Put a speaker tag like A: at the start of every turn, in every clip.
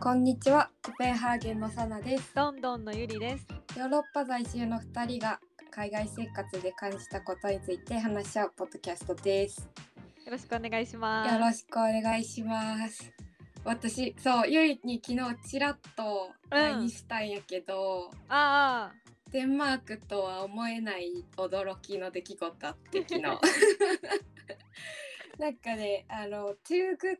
A: こんにちは、コペンハーゲンのサナです。
B: どんどんのゆりです。
A: ヨーロッパ在住の2人が海外生活で感じたことについて話し合うポッドキャストです。
B: よろしくお願いします。
A: よろしくお願いします。私、そう、ゆりに昨日ちらっと LINE したんやけど、
B: ああ、
A: デンマークとは思えない驚きの出来事あって昨日なんかねあの「too good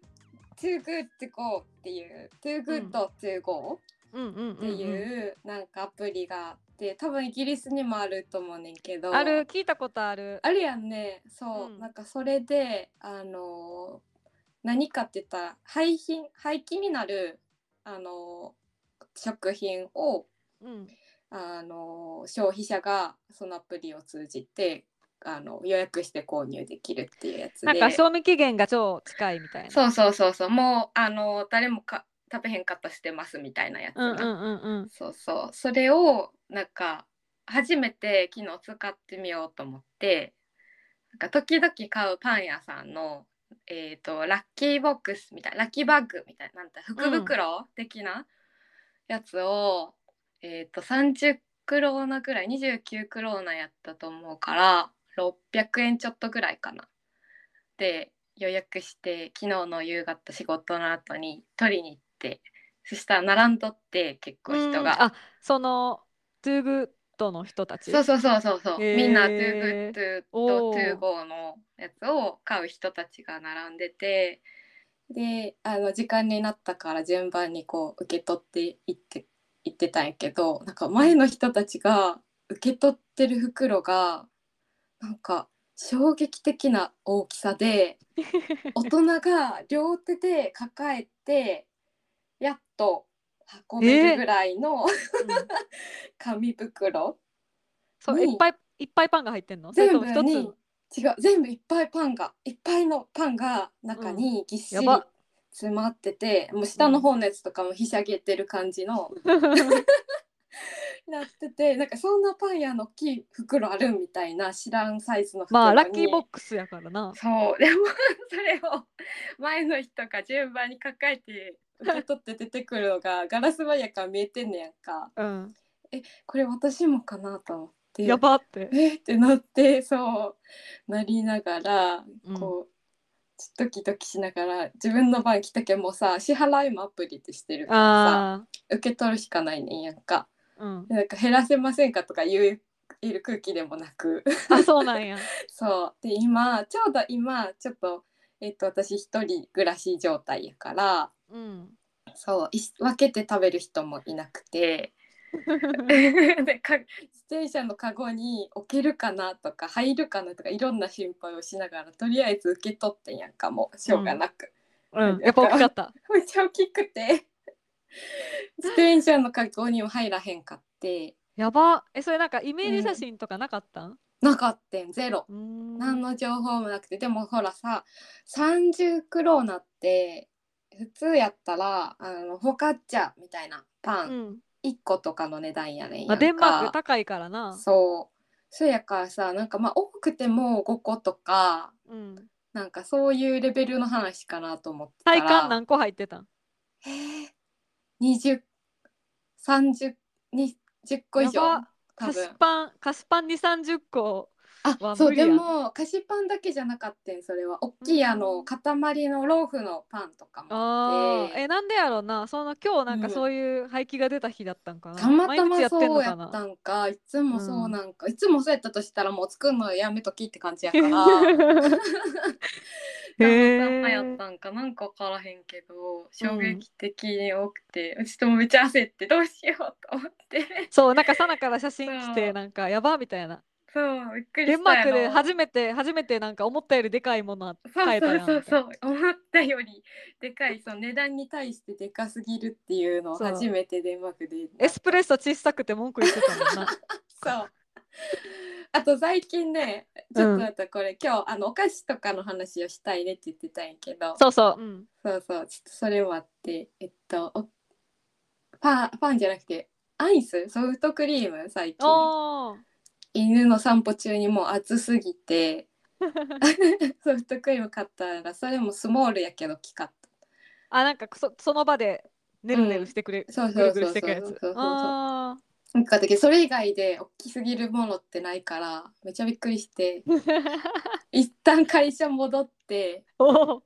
A: too good to go」っていう「too good to go」
B: うんうんうん、うん。
A: っていうなんかアプリがあって多分イギリスにもあると思うねんけど
B: ある、聞いたことある。
A: あるやんねそう、
B: うん
A: なんかそれであの何かって言ったら廃品廃棄になるあの食品を
B: うん。
A: あの消費者がそのアプリを通じてあの予約して購入できるっていうやつで
B: なんか賞味期限が超近いみたいな。
A: そうそうそうそうもうあの誰もか食べへんかったしてますみたいなやつ
B: うんう
A: な、
B: んうんうん。
A: そうそうそれをなんか初めて昨日使ってみようと思ってなんか時々買うパン屋さんのえー、とラッキーボックスみたいなラッキーバッグみたいななんて福袋的なやつを、えー、と30クローナぐらい29クローナやったと思うから600円ちょっとぐらいかな。で予約して昨日の夕方仕事の後に取りに行ってそしたら並んどって結構人
B: うん
A: が。
B: あ、そのトゥーグッドの人たち。
A: そうそうそうそうそう、
B: へー
A: みんな Too Good to
B: おー
A: Too Go のやつを買う人たちが並んでてであの時間になったから順番にこう受け取っていっていってたんやけどなんか前の人たちが受け取ってる袋がなんか衝撃的な大きさ で大人が両手で抱えてやっと運べるぐらいの
B: うん
A: 紙袋。
B: そう、
A: に
B: いっぱいいっぱいパンが入ってんの。それ
A: 全
B: と
A: 部
B: も一
A: に
B: つ。
A: 違う全部いっぱいパンがいっぱいのパンが中にぎっし
B: や
A: り
B: ば
A: 詰まってて、もう下の方のやつとかもひしゃげてる感じの、 なっててなんかそんなパン屋の大きい袋あるみたいな知らんサイズの袋に
B: まあラッキーボックスやからな。
A: そうでも それを前の人が順番に抱えて受け取って出てくるのがガラス張りやから見えてんねやんか
B: うん。
A: これ私もかなと思って
B: やばって。
A: えーってなってそうなりながら
B: うん
A: こう、ちょっとドキドキしながら自分の番来たけんもさ支払いもアプリでしてるからさ
B: あ
A: 受け取るしかないねんやんか
B: あ。うん。
A: でなんか減らせませんかとか言ういる空気でもなく
B: あ、そうなんや。
A: そうで今ちょうど今ちょっと,、えっと私一人暮らし状態やから
B: うん。
A: そうい分けて食べる人もいなく て。でか自転車のカゴに置けるかなとか入るかなとかいろんな心配をしながらとりあえず受け取ってんやんかもうしょうがなく、
B: うん。やっぱ大きかった。
A: めっちゃ大きくて自転車のカゴにも入らへんかって
B: やば。え、それなんかイメージ写真とかなかったん？
A: なかったんゼロ
B: うーん
A: 何の情報もなくてでもほらさ30クローナって普通やったらあのフォカッチャみたいなパ
B: う
A: ン
B: ん
A: 1個とかの値段やねんやんか、
B: まあ、デンマーク高いからな。
A: そう。そやからさなんかまあ多くても5個とか
B: うん、
A: なんかそういうレベルの話かなと思ってたら
B: 体感何個入ってたん
A: 2030 20個以
B: や
A: 上
B: ば
A: 多
B: 菓
A: 分
B: 子パン菓子パンに30個。
A: あ
B: は
A: そう
B: 無理や
A: で
B: ん
A: も菓子パンだけじゃなかったんそれは大きいあの塊のローフのパンとかもあ
B: あ
A: っ
B: ー
A: て
B: えなんでやろうなその今日なんか
A: うん
B: そういう廃棄が出た日だったんかな。
A: たまたま
B: 毎日やってん
A: そ
B: の
A: うや
B: か
A: っ
B: な。
A: たんかいつもそうなんか、いつもそうやったとしたらもう作るのやめときって感じや から
B: へえ
A: たまたまやったんかなんか分からへんけど衝撃的に多くて、うちょっともうめっちゃ焦ってどうしようと思って
B: そうなんかサナから写真来
A: そ
B: て
A: う
B: なんかやばみたいな。
A: そうびっくりした
B: デンマークで
A: め
B: 初めて初めてなんか思ったよりでかいもの買えた
A: そう
B: やん。
A: そう
B: みた
A: そ
B: いう
A: そう思ったよりでかいその値段に対してでかすぎるっていうのを
B: そう
A: 初めてデンマークで
B: なエスプレッソ小さくて文句言ってたもんな。
A: そう。 あと最近ね、ちょっ
B: うん
A: とあとこれ、今日あのお菓子とかの話をしたいねって言ってたんやけど、
B: そうそう。うん、
A: そうそう、ちょっとそれもあって、えっと、おパンパンじゃなくて、アイスソフトクリーム最近
B: おー
A: 犬の散歩中にもう暑すぎ てソフトクリーム買ったらそれもスモールやけど大きかっ
B: あなんかそその場でねるねるしてくれ、
A: そう
B: ぐ
A: そ
B: る
A: う
B: ぐ
A: そう
B: る
A: そ
B: し
A: う
B: てく
A: そ
B: るや
A: う
B: つ
A: そうそう
B: あ
A: なんかだけどそれ以外で大きすぎるものってないからめっちゃびっくりして
B: ー
A: 一旦会社戻って
B: おー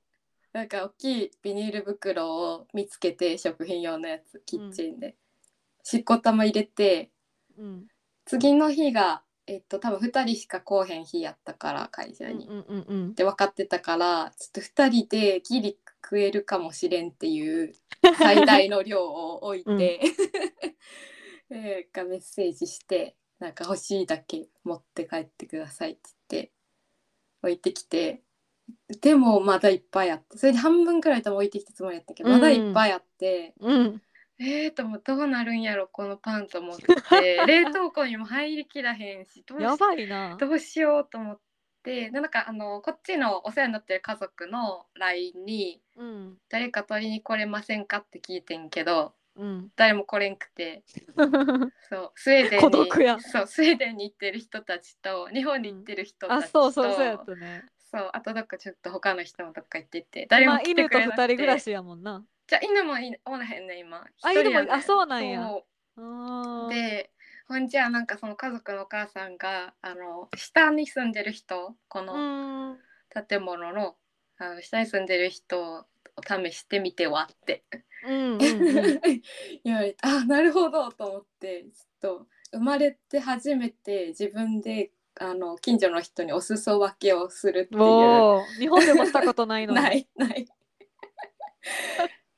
A: なんか大きいビニール袋を見つけて食品用のやつキッチンで、しっこ玉入れて
B: うん
A: 次の日がえっと多分2人しか来おへん日やったから会社
B: う
A: に、
B: ん
A: っ
B: うんうんうん
A: て分かってたからちょっと2人でギリ食えるかもしれんっていう最大の量を置いて、 でがメッセージしてなんか欲しいだけ持って帰ってくださいって言って置いてきてでもまだいっぱいあってそれで半分くらい多分置いてきたつもりやったけど、
B: うん
A: まだいっぱいあって
B: うん
A: えーともうどうなるんやろこのパンと思って 冷凍庫にも入りきらへんしどうし
B: やばいな
A: どうしようと思ってでなんかあのこっちのお世話になってる家族の LINE に
B: うん
A: 「誰か取りに来れませんか?」って聞いてんけど
B: うん
A: 誰も来れんくてそうスウェーデンに
B: 孤独や
A: そうスウェーデンに行ってる人たちと日本に行ってる人た
B: あ
A: ちと、
B: そうそうそうやったね
A: そうあとどっかちょっと他の人もどっか行ってて誰
B: ま
A: も
B: あ
A: 来て
B: 犬
A: く
B: と
A: れな
B: 二
A: く
B: 人
A: て、
B: 暮らしやもんな
A: じゃあ犬もいおらへんね今
B: あ
A: 一人
B: 犬もい
A: やね
B: あそうなんや
A: そう
B: あー
A: でほんじゃあなんかその家族のお母さんがあの下に住んでる人こ
B: う
A: の
B: ーん
A: 建物の,、あの下に住んでる人を試してみてはって
B: う んうんうん
A: 言われてあなるほどと思ってちょっと生まれて初めて自分であの近所の人にお裾分けをするっていう
B: おー日本でもしたことないのに
A: ないない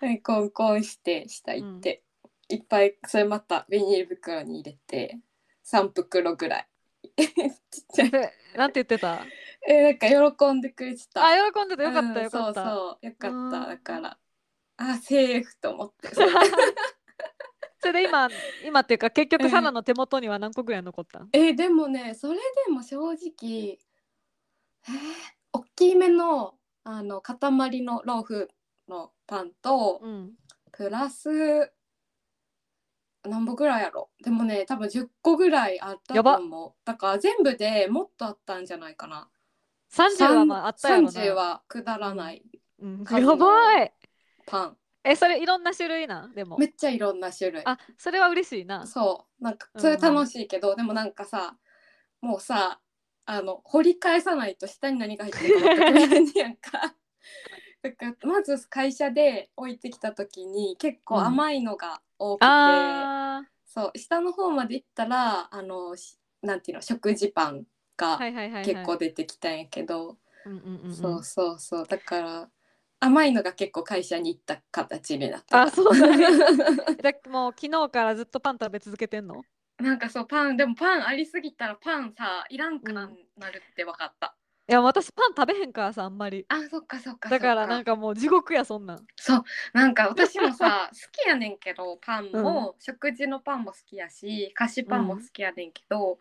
A: はいコンコンしてしたいって、いっぱいそれまたビニール袋に入れて3袋ぐらいちっちゃい
B: でなんて言ってた
A: えなんか喜んでくれてた
B: あ喜んでたよかったよかった、
A: うんそうそうよか
B: うん
A: っただからあセーフと思ってそれ
B: それで今今っていうか結
A: う
B: 局
A: ん
B: サナの手元には何個ぐらい残ったん
A: えでもねそれでも正直えー、大きめのあの塊のローフのパンと、
B: うん
A: プラス何本ぐらいやろでもね多分10個ぐらいあった
B: や
A: と
B: ば
A: 思うだから全部でもっとあったんじゃないかな
B: 30はまああったやろな
A: 30はくだらない
B: うん
A: 数の
B: やばい
A: パン
B: えそれいろんな種類なんでも
A: めっちゃいろんな種類
B: あそれは嬉しいな
A: そうなんかそれ楽しいけど、でもなんかさもうさあの掘り返さないと下に何が入ってるか全く見えへんねやんか。 だからまず会社で置いてきた時に結構甘いのが多くて、
B: あ
A: そう下の方まで行ったらあのしなんていうの食事パン
B: ー
A: が
B: はいはいはい、はい、
A: 結構出てきたんやけど、
B: うんうんうんうん
A: そうそうそうだから甘いのが結構会社に行った形になった
B: あそう だねじゃあもう昨日からずっとパン食べ続けてんの
A: なんかそうパンでもパンありすぎたらパンさいらんくな,、
B: うん
A: なるって分かった
B: いや私パン食べへんからさあんまり
A: あそっかそっか
B: だからなん
A: か
B: かもう地獄やそんなん
A: そうなんか私も さ好きやねんけどパンも、食事のパンも好きやし菓子パンも好きやねんけど、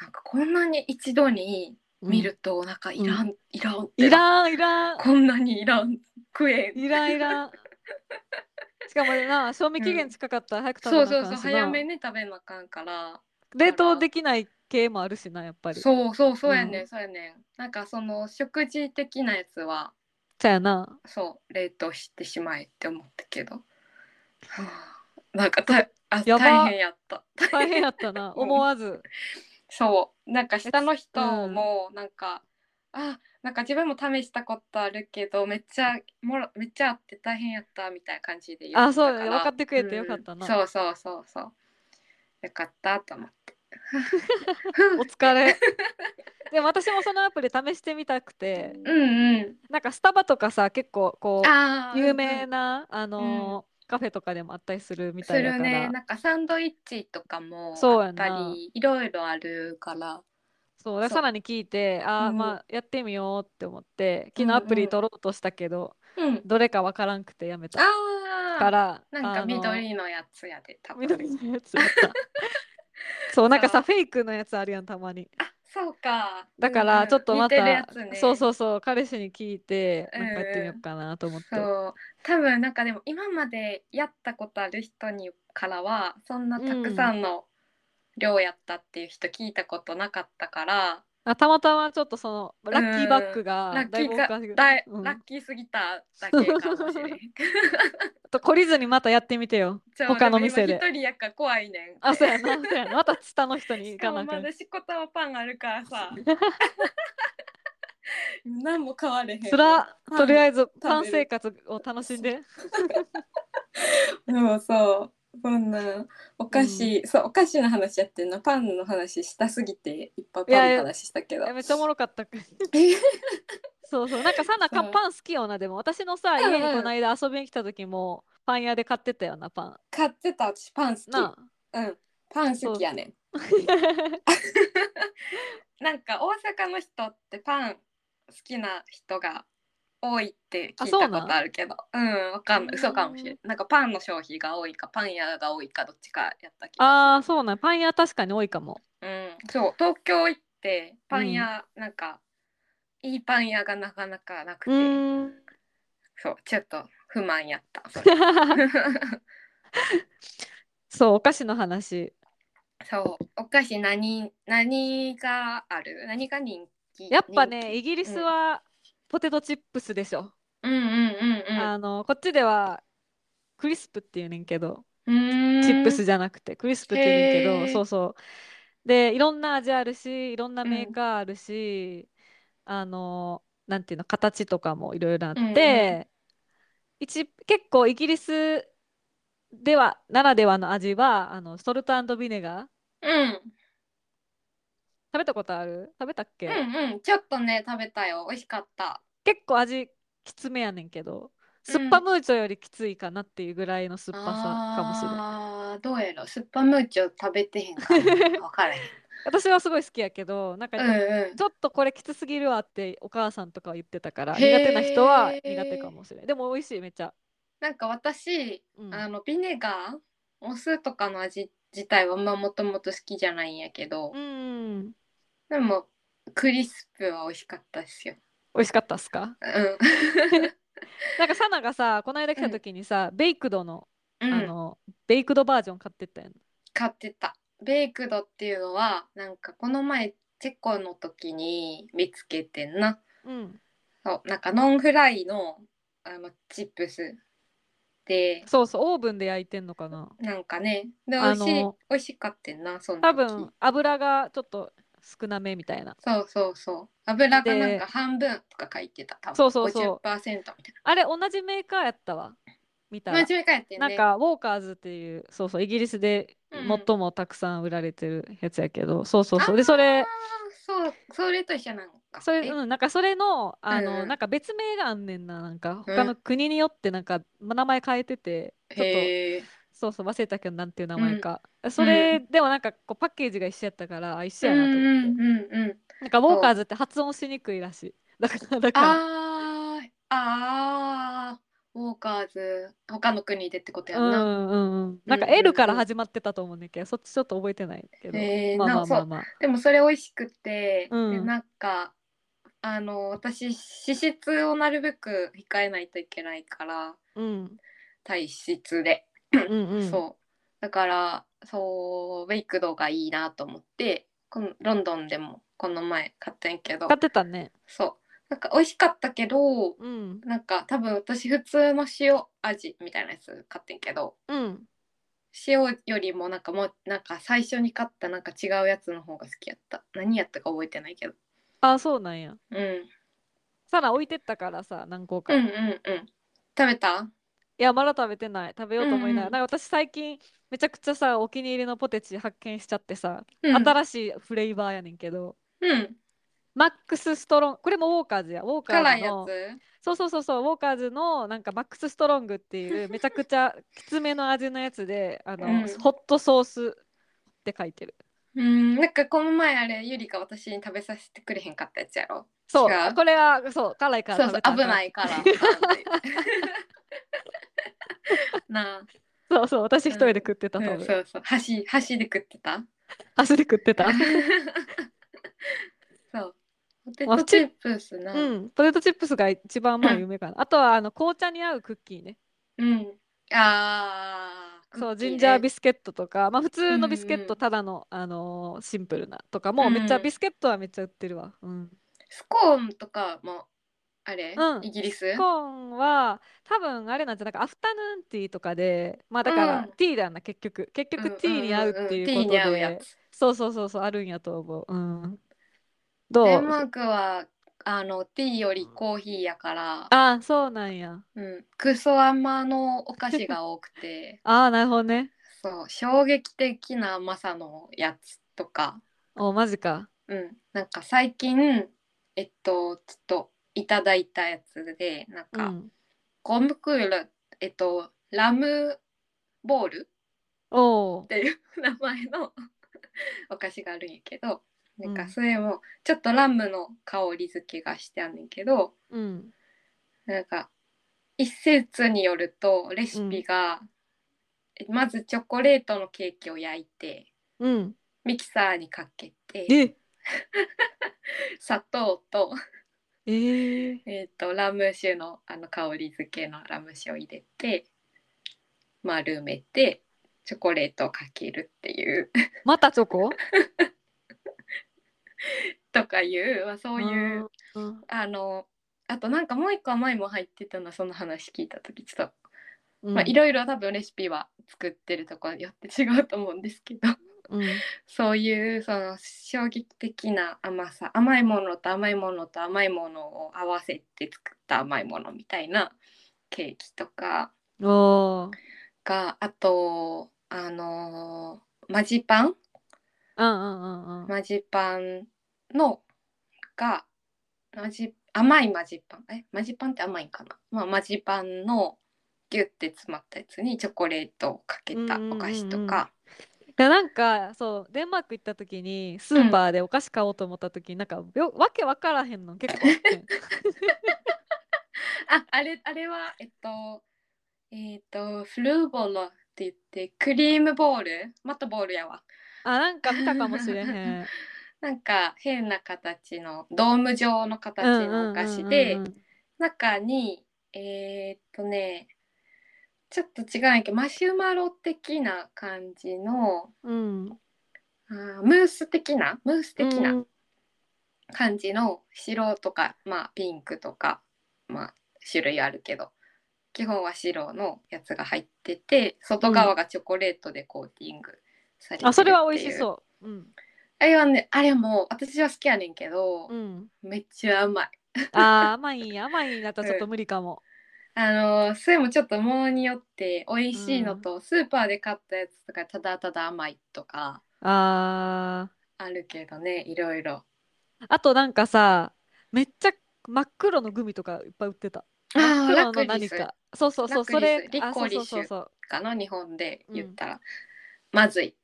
A: なんかこんなに一度に見るとなんかいらん、いらんって
B: い
A: な
B: らんいらん
A: こんなにいらん食えん。
B: いらんいらんしかもな賞味期限近かったら早く食べ
A: そ
B: な
A: う
B: あ
A: そう
B: か
A: そ
B: ん
A: う
B: しな
A: 早めに食べなあかんから。
B: 冷凍できない系もあるしなやっぱりそう
A: そうそうそうやね、、
B: うんん
A: そうやねん。なんかその食事的なやつは
B: やな
A: そう冷凍してしまえって思ったけど。は あなんかたあ
B: やば
A: 大変やった。
B: 大変やったな
A: うん
B: 思わず
A: そうなんか下の人
B: うん
A: もなんか、あなんか自分も試したことあるけどめっちゃもろめっちゃあって大変やったみたいな感じで言ってた
B: あそ
A: か
B: うだ
A: ら
B: ね分かってくれてよかったな
A: うんそうそうそうそうよかったと思って
B: お疲れでも私もそのアプリ試してみたくて
A: うんうん
B: なんかスタバとかさ結構こ
A: あー
B: う有
A: うんう
B: 名
A: ん
B: なあのーカフェとかでもあったりするみ
A: す
B: たいだ
A: る
B: か
A: ね
B: ら
A: なんかサンドイッチとかも
B: そう
A: あ
B: や
A: っ
B: な
A: たりいろいろあるから
B: そうで
A: そう
B: さらに聞いてあ
A: う
B: ー
A: ん
B: まあやってみようって思って
A: うん
B: 昨
A: うん
B: 日アプリ取ろうとしたけど
A: うん
B: どれかわからんくてやめたか
A: ああ
B: ら
A: なんか
B: あのー
A: 緑のやつやで多分
B: 緑のやつだった そうなんか
A: そう
B: さフェイクのやつあるやんたまに
A: あそうか
B: だからちょっとまた、
A: 似てるやつね
B: そうそうそう彼氏に聞いてなんかやってみようかなと思って、
A: そう多分なんかでも今までやったことある人にからはそんなたくさんの量やったっていう人聞いたことなかったから、
B: あたまたまちょっとそのラッキーバッグ
A: ラ
B: が
A: ッ
B: だ
A: キ
B: いぶ
A: ー
B: おか
A: が
B: しく
A: だい
B: うん
A: ラッキーすぎただけかもしれん。
B: とと懲りずにまたやってみてよ。
A: ちょ
B: 他の店で
A: も今一人やから怖いねん
B: あ、そう やな、そうやな。また下の人に
A: し
B: 行
A: か
B: か
A: も
B: なく
A: ま
B: ゃ
A: だしこたまパンあるから さ 何も変われへん
B: つら、とりあ
A: え
B: えずパン
A: 食べ
B: 生
A: る
B: 活を楽しんで。
A: ずでもそうそんなお菓子、そうお菓子の話やってんのパンの話したすぎていっぱいパンの話したけど
B: えめっちゃおもろかった。そうそう。なんかサナか
A: そう
B: パン好きよな。でも私のさ、
A: んうん
B: 家にこの間遊びに来た時もパン屋で買ってたよな、パン。
A: 買ってた私パン好き
B: な
A: うんパン好きやねん
B: あ。
A: なんか大阪の人ってパン好きな人が多いって聞い
B: あそう
A: た
B: なん
A: ことあるけどうんわかんな
B: うん
A: い嘘かもしれんなんかパンの消費が多いかパン屋が多いかどっちかやったけど
B: あー、そうなん。パン屋確かに多いかも。
A: うんそう東京行ってパン屋、なんかいいパン屋がなかなかなくて、
B: うーん。
A: そうちょっと不満やったそれ
B: そう、お菓子の話。
A: そうお菓子何何がある何が人気
B: やっぱ
A: 人
B: ね、
A: 気
B: イギリスはポテトチップスでしょ。
A: うんうんうん
B: あの、こっちではクリスプっていうねんけど。
A: うん
B: チ
A: う
B: ップ
A: ーん
B: スじゃなくてクリスプって言うんや
A: へー
B: けどそうそうでいろんな味あるしいろんなメーカーあるし、あのなんていうの形とかもいろいろあって、
A: うんう
B: 一結構イギリスではならではの味はあのソルトビネガー
A: うん
B: 食べたことある食べたっけ、
A: うんうんちょっとね食べたよ美味しかった
B: 結構味きつめやねんけど
A: うん
B: スッパムーチョよりきついかなっていうぐらいの酸っぱさかもしれない
A: あーどうやろスッパムーチョ食べてへん からなわからへん
B: 私はすごい好きやけどなんか
A: うんうん
B: ちょっとこれきつすぎるわってお母さんとかは言ってたから
A: へ
B: 苦
A: ー
B: 手な人は苦手かもしれないでも美味しいめっちゃ、
A: なんか私
B: うん、
A: あのビネガーお酢とかの味自体はまあもともと好きじゃないんやけど、
B: うん美
A: でもクリスプは美味しかったっすよ。
B: 味しかったっすかなんかサナがさこの間来た時にさ、ベイクドの,、
A: うん、
B: あ
A: うん、
B: のベイクドバージョン買ってったやん
A: 買ってた。ベイクドっていうのはなんかこの前チェコの時に見つけてんな。
B: うん
A: そうなんかノンフライのあのチップスで
B: そうそうオーブンで焼いてんのかな
A: なんかねで美
B: あ
A: 味
B: の
A: しい美味しかったんなその時
B: 多分油がちょっと少なめみたいな
A: そうそうそう油がなん
B: で
A: か半分とか書いてた多分
B: そうそうそう
A: 50%みたいな。
B: あれ同じメーカーやったわ見たら
A: 真面目かやってんね。
B: なんかウォーカーズっていうそうそうイギリスで
A: うん
B: 最もたくさん売られてるやつやけど、そうそうそうで
A: あー
B: それ
A: そうそれと一緒なのか。
B: それ、
A: え
B: うん、なんかそれの、あの、
A: うん
B: なんか別名があんねんな、なんか
A: うん
B: 他の国によってなんかま名前変えてて、ちょっと、
A: へえ。
B: そうそう忘れたけどなんていう名前か。それ、でもなんかこうパッケージが一緒やったから、あ、一
A: う
B: 緒
A: ん
B: やなと思って。
A: うんうんうん。
B: なんかウォーカーズって発音しにくいらしい。だから、だから、
A: あーあーウォーカーズ他の国でってことや
B: うん
A: な。
B: んうんうん。なんか
A: うんうんうん
B: L から始まってたと思うねんけど、そっちちょっと覚えてないけど。
A: へー
B: まあま
A: な
B: あ
A: んかそ
B: まあ
A: う
B: まあ。
A: でもそれ美味しくて、
B: うん
A: でなんかあの私脂質をなるべく控えないといけないから
B: うん。
A: 体質で、
B: うんうん。
A: そうだからそうウェイクドがいいなと思ってこのロンドンでもこの前買ったんやけど
B: 買ってたね。
A: そうなんか美味しかったけど
B: うん。
A: なんか多分私普通の塩味みたいなやつ買ってんけど
B: うん。
A: 塩よりもなんかもうなんか最初に買ったなんか違うやつの方が好きやった何やったか覚えてないけど、
B: あ、そうなんや。
A: うん、うん
B: サラ置いてったからさ、何個か。
A: うんうん食べた
B: いや、まだ食べてない。食べようと思いながら。
A: うん
B: なんか私最近めちゃくちゃさ、お気に入りのポテチ発見しちゃってさ、
A: うん
B: 新しいフレーバーやねんけど、
A: うん
B: マックスストロング、これもウォーカーズや。ウォーカ
A: 辛
B: ー
A: い
B: ズ
A: や
B: の、
A: つ
B: そうそうそうそう、ウォーカーズのなんかマックスストロングっていう めちゃくちゃきつめの味のやつで、あの、
A: うん
B: ホットソースって書いてる。
A: うんなんかこの前あれゆりか私に食べさせてくれへんかったやつやろ
B: そう
A: 違、う
B: これはそう、辛いか
A: そ
B: ら
A: う
B: 食
A: そ
B: べ
A: う
B: たらあ
A: 危
B: かん
A: ないから なあ
B: そうそう、私一人で食ってた、
A: う
B: 多
A: ん、
B: 分。
A: そうそう箸箸で食ってた
B: 足で食ってた。
A: そう。ポテ
B: まあ
A: トチップスな。
B: う
A: うん。
B: ん、ポテトチップスが一番まあ有名かな。あとはあの紅茶に合うクッキーね。
A: ああ。
B: そう、ジンジャービ
A: ス。
B: スケットとか、まあ、普通のビスケ
A: う
B: ッ
A: んう
B: ト、
A: ん
B: ただの、あのーシンプルなとかも、めっちゃ、
A: うん
B: ビスケットはめっちゃ売ってるわ。うん。
A: スコーンとかも。あれ、
B: うん
A: イギリス
B: コーンは多分あれなんじゃなんかアフタヌーンティーとかでまあだから
A: うん
B: ティーだな結局結
A: うんうん
B: 局
A: うん
B: ティーに合うっていうこ
A: ティー
B: と
A: に合うや
B: で
A: つ
B: そうそうそうそうあるんやと思ううんど
A: デンマ
B: う
A: ークはあのティーよりコーヒーやから、
B: ああそうなんや
A: うん、クソ甘のお菓子が多くて
B: ああなるほどね
A: そう衝撃的な甘さのやつとか、
B: おマジか
A: うん、なんか最近えっとちょっといただいたやつでなん
B: う
A: か、
B: ん
A: ゴムクールえっとラムボール
B: お
A: っ
B: う
A: ていう 名前のお菓子があるんやけどなん
B: う
A: か
B: ん
A: それもちょっとラムの香り付けがしてあんねんけど、
B: うん
A: なんか一説によるとレシピが、まずチョコレートのケーキを焼いて
B: うん
A: ミキサーにかけて
B: え
A: 砂糖と,、
B: えー、
A: えー、とラム酒のあの香り付けのラム酒を入れて丸めてチョコレートをかけるっていう
B: またチョコ
A: とかいう、まあ、そういう
B: うんうん
A: あのあとなんかもう一個甘いも入ってたのその話聞いた時ちょっと、
B: うん
A: まあいろいろ多分レシピは作ってるところによって違うと思うんですけど。
B: うん
A: そういうその衝撃的な甘さ甘いものと甘いものと甘いものを合わせて作った甘いものみたいなケーキとか
B: おー
A: があとあのーマジパン
B: うんうんうんうん
A: マジパンのがマジ甘いマジパンえマジパンって甘いんかな、まあ、マジパンのギュッて詰まったやつにチョコレートをかけたお菓子とか、
B: でなんかそうデンマーク行った時にスーパーでお菓子買おうと思った時に、なんかよわけわからへんの結構 あってん
A: ああれあれはえっとえっとフルーボロって言ってクリームボールまたボールやわ
B: あなんか見たかもしれへん。
A: なんか変な形のドーム状の形のお菓子
B: う
A: で
B: んうんうんうん
A: 中にえーっとねちょっと違うんやけどマシュマロ的な感じの
B: うん
A: あームース的なムース的
B: う
A: なん感じの白とか、まあ、ピンクとか、まあ、種類あるけど基本は白のやつが入ってて外側がチョコレートでコーティングされてるっていう、
B: あそれは美味しそう。うん
A: あれはねあれも私は好きやねんけど、
B: うん、
A: めっちゃ甘い
B: あー甘い甘いなったらちょっと無理かも。
A: あのーそれもちょっとものによって美味しいのと、スーパーで買ったやつとかただただ甘いとか
B: あ
A: あるけどねいろいろ
B: ー あとなんかさめっちゃ真っ黒のグミとかいっぱい売ってた。
A: あ
B: 真っ
A: ーラ
B: 黒の
A: クリ
B: 何
A: ス
B: か。そうそうそ
A: ラ
B: う
A: クリ
B: そ
A: ス
B: れ
A: リ
B: あ
A: コ
B: そう
A: リ
B: そ
A: ッ
B: う
A: シュ
B: そうそう。
A: かの日本で言ったら、まずい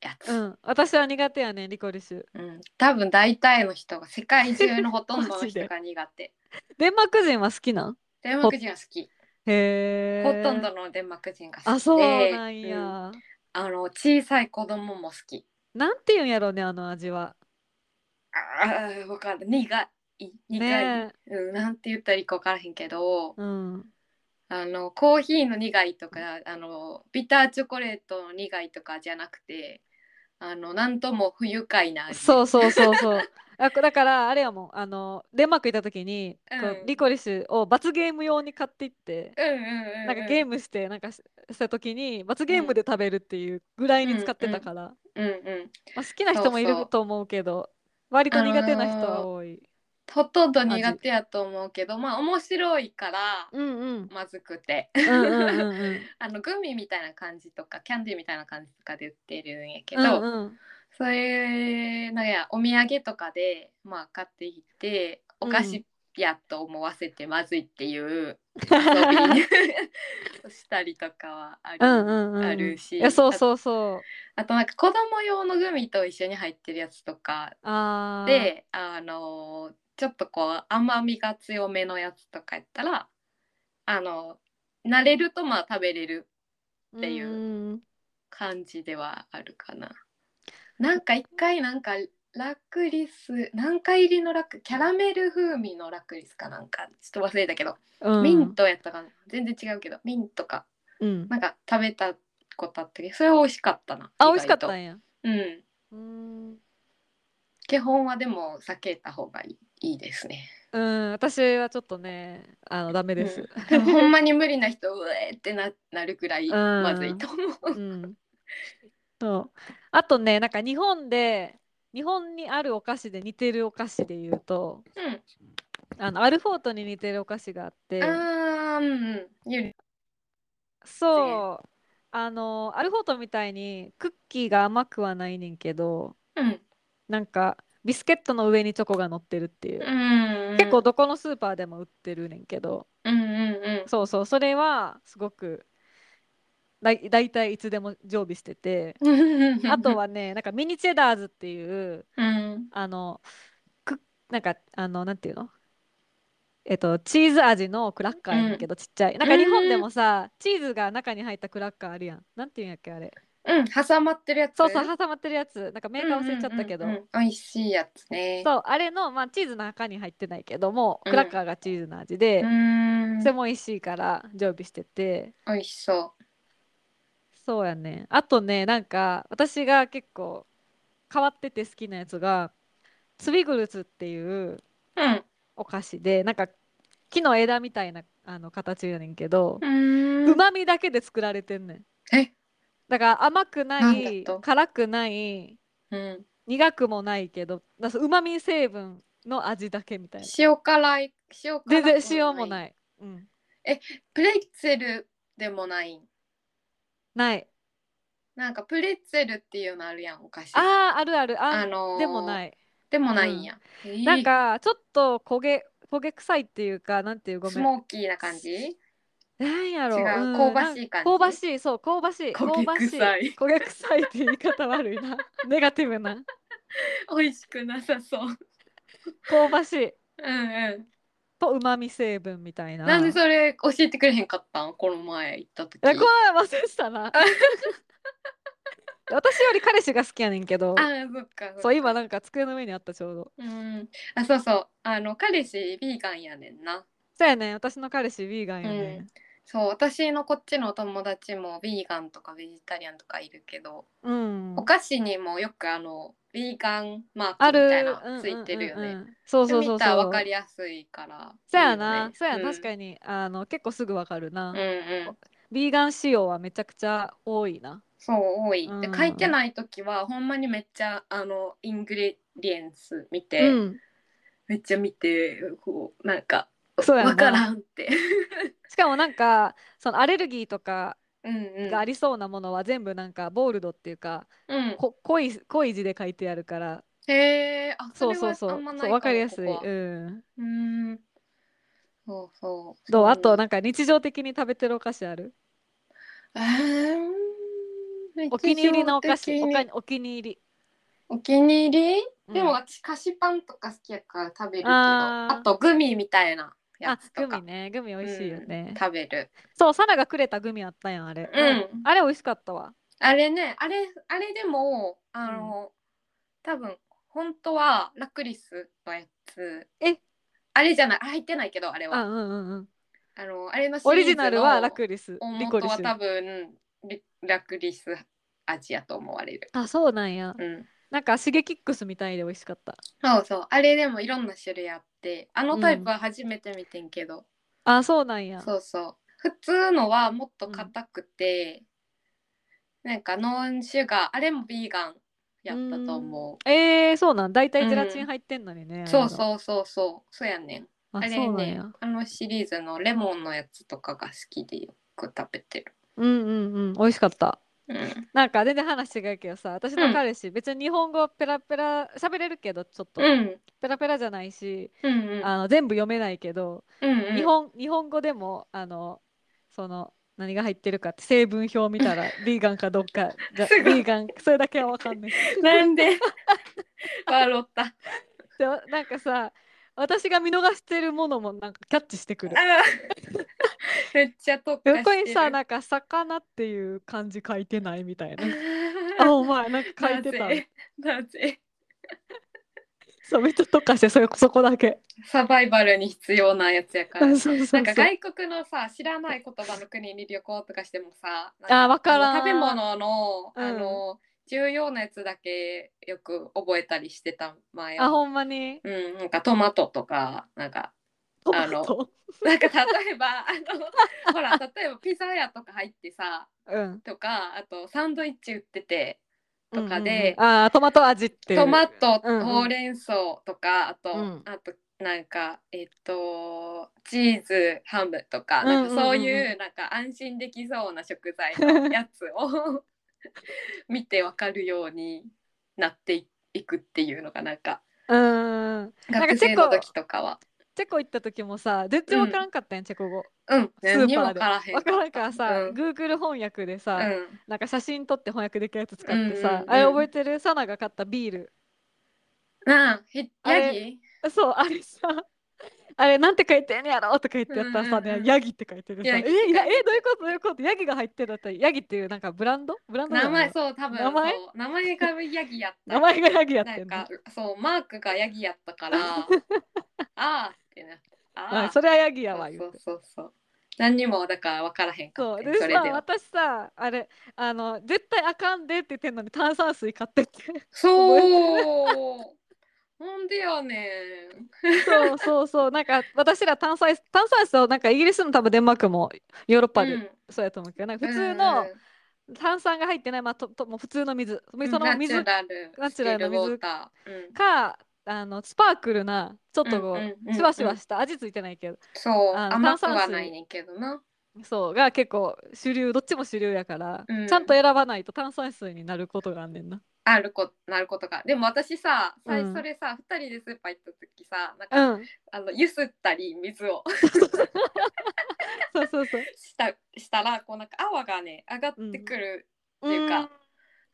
A: やつ、
B: うん私は苦手やねんリコリッシュ。
A: うん、多分大体の人が世界中のほとんどの
B: マジで
A: 人が苦手
B: デンマーク人は好きなん
A: デンマーク人は好き、
B: へえ。
A: ほとんどのデンマーク人が好きで
B: あそうなんや。
A: うんあの小さい子供も好き
B: なんていうんやろうねあの味は。
A: あーわかる苦い苦い、
B: ね
A: うん、なんて言ったらいいか分からへんけど、
B: うん。
A: あのコーヒーの苦いとかあのビターチョコレートの苦いとかじゃなくてあのなんとも不愉快な味
B: そうそうそ うそう。あこだからあれやもんあのデンマーク行った時に、こう
A: うん
B: リコリッシュを罰ゲーム用に買っていって、
A: うんうんうん、うん、
B: なんかゲームしてなんかしした時に罰ゲームで食べるっていうぐらいに使ってたから、
A: うんうん
B: まあ、好きな人もい
A: そうそ
B: る
A: う
B: と思うけど割と苦手な人は多い。
A: ほとんど苦手やと思うけどまあ面白いから
B: うんうん。
A: まずくて
B: うんうんうんうん。
A: あのグミみたいな感じとかキャンディーみたいな感じとかで売ってるんやけ
B: う
A: ど、
B: んうん。
A: そういうなんやお土産とかで、まあ、買っていってお菓子やと思わせてまずいっていう遊びに したりとかはあ
B: う
A: る,、
B: んうんうん。
A: あるし
B: いやそう
A: あ
B: そうそう。
A: あとなんか子供用のグミと一緒に入ってるやつとか
B: ああ。、
A: であのーちょっとこう甘みが強めのやつとかやったらあの慣れるとまあ食べれるっていう感じではあるかな。なんか一回なんかラクリス何回入りのラクキャラメル風味のラクリスかなんかちょっと忘れたけど、
B: うん。
A: ミントやったかな全然違うけどミントか
B: うん。
A: なんか食べたことあったけどそれは美味しかったな
B: あ美味しかった
A: 意
B: んや。
A: 外とうん
B: うーん。
A: 基本はでも避けた方がいいいいですね
B: うん、私はちょっとね、あの、ダメです。
A: うんほんまに無理な人うえーってななるくらい
B: うん
A: まずいと思う。
B: うん。そう。あとね、なんか日本で、日本にあるお菓子で似てるお菓子で言うと、
A: う
B: あの、アルフォートに似てるお菓子があって
A: ん、、あーうんうんゆり
B: そう。あの、アルフォートみたいにクッキーが甘くはないねんけど、
A: うん
B: なんかビスケットの上にチョコが乗ってるっていう。
A: うん
B: 結構どこのスーパーでも売ってるねんけど、
A: うんうん
B: そうそう、それはすごく、だい、大体いつでも常備してて、
A: うん。
B: あとはね、なんかミニチェダーズっていう、
A: うん
B: あの、く、なんか、あの、なんていうのえっと、チーズ味のクラッカーやねんけど、ちっちゃい。なんか日本でもさ、チーズが中に入ったクラッカーあるやん。なんていうんやっけ、あれ。
A: うん挟まってるやつ。
B: そうそう、挟まってるやつ。なんかメーカー忘れちゃったけど
A: うんうん。うんうん美味しいやつね。
B: そう、あれの、まあ、チーズの中に入ってないけども、
A: うん
B: クラッカーがチーズの味で
A: う、ん
B: それも美味しいから常備してて。
A: 美味しそ
B: そうやね。あとね、なんか、私が結構変わってて好きなやつが、ツビグルツっていう、
A: う。うん
B: お菓子でなんか木の枝みたいなあの形やねんけど
A: うーん
B: うまみだけで作られてんねん
A: え
B: だから甘くな
A: なん
B: い
A: だと
B: 辛くない
A: うん
B: 苦くもないけどうまみ成分の味だけみたいな
A: 塩辛い塩辛
B: 全
A: くない
B: 然塩もない、うん、
A: プレッツェルでもない
B: ない
A: なんかプレッツェルっていうのあるやんお菓子
B: あーあるあるあ
A: あのー
B: でもない
A: でもないんや、えー
B: なんかちょっと焦げ焦げ臭いっていうかなんていうご
A: ス
B: めん
A: モーキーな感じ
B: なんやろ
A: 違うん香ばしい感じ
B: 香ばしいそう香ばしい
A: 焦げ臭い
B: 香ばしい焦げ臭いって言い方悪い なネガティブな
A: 美味しくなさそう うん
B: 香ばしい
A: うん
B: とうまみ成分みたいな。
A: なんでそれ教えてくれへんかったんこの前行った時
B: いやこの前忘れてたな。 私より彼氏が好きやねんけど
A: あ、ーそっかそっか
B: そう今なんか机の上にあったちょうど。
A: うんあそうそうあの彼氏ビーガンやねんな
B: そうやねん、私の彼氏ヴィーガンやねん。
A: そう私のこっちのお友達もビーガンとかベジタリアンとかいるけど、
B: うん。
A: お菓子にもよくあのビーガンマー
B: あ
A: ク
B: る
A: みたいな
B: うん
A: ついてるよ
B: うんうん
A: ね。
B: うんそう
A: それ
B: そうそう
A: 見
B: そ
A: たら
B: う。
A: 分かりやすいから。
B: そうやな、そうやな、確
A: に。
B: かにあの結構すぐわかるな、
A: うんうん。
B: ヴィーガン仕様はめちゃくちゃ多いな。
A: そう多い。
B: う
A: で
B: ん
A: 書いてない時はほんまにめっちゃあのイングレディエンス見て、
B: うん。
A: めっちゃ見てこうなんか
B: そうやな
A: 分からんって。
B: しかもなんかそのアレルギーとか
A: うんうん。
B: がありそうなものは全部なんかボールドっていうか、
A: うん。
B: こ濃い濃い字で書いてあるから
A: へえ。あ
B: そうそうそ
A: れはあ
B: うん
A: まない
B: そう
A: も
B: わかりやすい
A: ここは
B: うん
A: うん。そうそう。
B: どうあと
A: な
B: なんか日常的に食べてるお菓子あるお気に入りのお菓子おかお気に入り、
A: お気に入り
B: うん
A: でも私菓子パンとか好きやから食べるけど、
B: あー
A: あとグミみたいなや
B: あ
A: つと
B: グ
A: か
B: ミねグミ美味しいよね、
A: 食べる。
B: そうサラがくれたグミあったやんあれ、
A: うん
B: あれ美味しかったわ
A: あれね、あれあれでもあの、多分本当はラクリスのやつ。
B: え
A: あれじゃない、入ってないけどあれ
B: あ
A: は。
B: うんうんうん
A: あのあれのシリーズ
B: オ
A: の
B: リジナルはラクリスリコ
A: 元
B: リ
A: は
B: ス
A: 多分リラクリス味やと思われる。
B: あそうなんや
A: うん。
B: なんかシゲキックスみたいで美味しかった
A: そうそう。あれでもいろんな種類あって、あのタイプは初めて見てんけど。
B: あそうなんや
A: そうそう普通のはもっと硬くて、なんかノンシュガーあれもビーガンやったと思う
B: えー、そうなん大体ゼラチン入ってんのにね、
A: そう
B: う
A: そうそうそうそうやねん
B: あ
A: あ
B: そ
A: れ
B: うなん
A: ね
B: や
A: あのシリーズのレモンのやつとかが好きでよく食べてる
B: うんうんうん美味しかった
A: うん
B: なんか全然話違うけどさ私
A: うん
B: の彼氏、別に日本語ペラペラ喋れるけどちょっと、
A: うん
B: ペラペラじゃないし、
A: うん
B: あの全部読めないけど、
A: うんうん
B: 日本日本語でもあのその何が入ってるかって成分表見 たらビーガンかどっかが
A: すごい
B: ビーガンそれだけはわかんない
A: なんで 笑ったあ
B: でなんかさ私が見逃してるものもなんかキャッチしてくる。
A: ーめっちゃ特化してる。
B: 横にさなんか「魚」っていう漢字書いてないみたいな あお前なんか書い
A: な
B: てた。
A: ぜ なぜ
B: そうめっちゃ特化してそれそこだけ。
A: サバイバルに必要なやつやから
B: そうそうそう
A: なんか外国のさ知らない言葉の国に旅行とかしてもさなん
B: あわからん
A: 食べ物の、
B: うん
A: あの重要なやつだけよく覚えたりしてた前
B: あ
A: は
B: ほんまに
A: うん、なんかトマトとかなん か
B: ト
A: あ
B: マ
A: の
B: ト
A: なんか例えばあのほら例えばピザ屋とか入ってさ
B: うん
A: とかあとサンドイッチ売っててとか
B: うんうん
A: で
B: うん、あートマト味っていう
A: トマト、
B: うんうん
A: ほうれん草とかあと、
B: うん
A: あとなんかえっとチーズハムとか,、
B: うんうんうん
A: なんかそういうなんか安心できそうな食材のやつを見てわかるようになっていくっていうのがなんか
B: うんなんか
A: 学
B: チ
A: 生
B: ェ
A: の
B: コ
A: 時とかは。
B: チェコ行った時もさ全然わからんかったん、チェコ語
A: うん、
B: スーパー
A: 何
B: で
A: にもからへん
B: わからんからさ、
A: うん
B: Google 翻訳でさ、
A: うん
B: なんか写真撮って翻訳できるやつ使ってさ、
A: うんうんうん
B: あれ覚えてるサナが買ったビール
A: なあ、ひ
B: あれ
A: ヤギ
B: そうあれさあれなんて書いてんねやろとか言ってやったらさ、
A: うんうんうん
B: ねヤギって書いてるさ
A: ヤ
B: え
A: ギ
B: いやえどういうことどういうことヤギが入ってるだったらヤギっていうなんかブランドブランドだ
A: 名
B: よ
A: 前
B: ね
A: そう多分
B: 名前
A: そう名前がヤギやった
B: 名前がヤギやって
A: なん
B: んの
A: かそうマークがヤギやった からああってなあ
B: あ
A: あ
B: それはヤギやわ
A: そう
B: 言
A: そうう
B: て
A: そうそう何にもだから分からへんか
B: そ
A: っ
B: う
A: た
B: で
A: そ
B: さ
A: れでは
B: 私さあれあの絶対あかんでって言ってんのに炭酸水買ってって
A: そうほんでよねん
B: そうそうそうなんか私ら炭酸炭酸水をなんかイギリスも多分デンマークもヨーロッパ
A: う
B: で
A: ん
B: そうやと思うけど、なんか普
A: う
B: 通
A: ん
B: の炭酸が入ってない、まあ、とともう普通の水その
A: ナチュ
B: 水
A: ラル
B: ナチュラルな水
A: スティルウォーターうん
B: かあのスパークルなちょっと
A: う
B: こ
A: んうんうんう
B: うんしばしばした味ついてないけど
A: そう
B: あの
A: 甘く
B: 炭酸
A: は
B: 水
A: ないねんけどな
B: そうが結構主流どっちも主流やから、
A: うん
B: ちゃんと選ばないと炭酸水になることがあんねんな。
A: あるこなることがでも私ささい
B: うん
A: それさ、二人でスーパー行った時さなんか、
B: うん、
A: あのゆすったり水を
B: そうそうそう。
A: したしたらこうなんか泡がね上がってくる、っていうか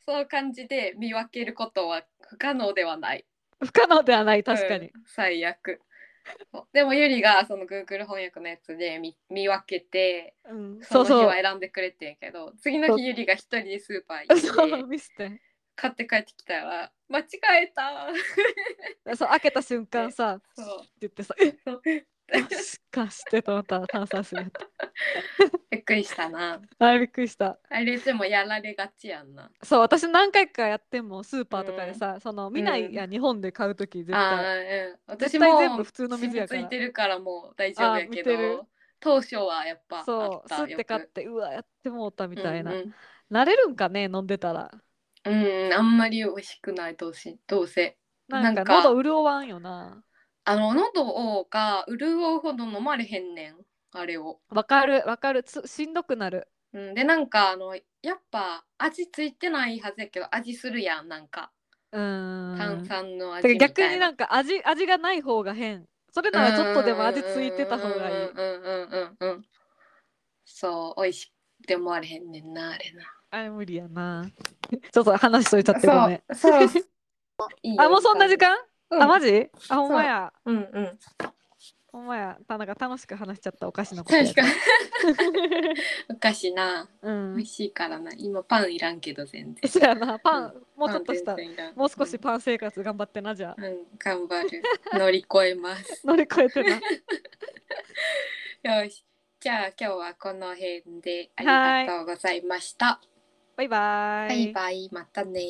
A: そういう感じで見分けることは不可能ではない
B: うん不可能ではない確か
A: う
B: に
A: ん。最悪そうでもゆりがその Google 翻訳のやつで見見分けて
B: うん、
A: そ
B: そ
A: の
B: う
A: 日
B: そ
A: は
B: う。
A: 選んでくれてんけど次の
B: そう
A: 日ゆりが一人でスーパー行
B: そ
A: っ
B: う
A: て
B: 見せて。
A: 買って帰ってきたら間違えた
B: そう開けた瞬間さ、
A: そ
B: っ
A: う
B: て言ってさ、え
A: そう
B: もしかしてと思ったら炭酸水や っ
A: びっくりしたな
B: た。あれびっくりした。
A: あれでもやられがちやんな
B: そう私何回かやってもスーパーとかでさ、その見ないや、日本で買うとき絶
A: あ
B: 対。
A: ーうん、
B: 絶
A: 私
B: 対
A: も
B: 全部普通の水やから
A: 染みついてるからもう大丈夫や
B: あー見
A: け
B: てる
A: ど当初はやっぱあ
B: そ
A: っ
B: う、
A: た
B: 吸って買って、うわ、やってもうたみ
A: み
B: たいな。
A: うん
B: なれるんかね、飲んでたら。
A: うん、うんあんまり美味しくないどうしどうせ
B: な
A: な
B: んか
A: んか
B: 喉潤わんよな。
A: あの喉をが潤うほど飲まれへんねんあれを、
B: わかる、わかる、つ、しんどくなる。
A: うん、でなんかあのやっぱ味ついてないはずやけど味するやんなんか
B: うーん。
A: 炭酸の味み
B: てか
A: たいな、
B: 逆になんか味、味がない方が変。それならちょっとでも味ついてた方がいい
A: うん。うんうんうんうんうんそう美味しくて思われへんねんなあれな
B: あれ無理やな。 ちょっと話しといちゃってごめん。
A: そう。そう いいよ
B: あ、もうそんな時、間
A: うん
B: あ、マジあ、ほんまや。
A: うんうん。
B: ほんまや。たなんか楽しく話しちゃったお菓子のことや
A: 確
B: った
A: かに。おかしいな。
B: う
A: 美味
B: ん。
A: しいからな。今パンいらんけど全然。
B: そうやな。パン、もうちょっとし
A: パ
B: た
A: ン。全然いらん
B: もう少しパン生活頑張ってな、じゃあ
A: う。ん、うん頑張る。乗り越えます。
B: 乗り越えてな。
A: よし。じゃあ今日はこの辺でありがとうございました。
B: バイバ
A: バイバイ。またね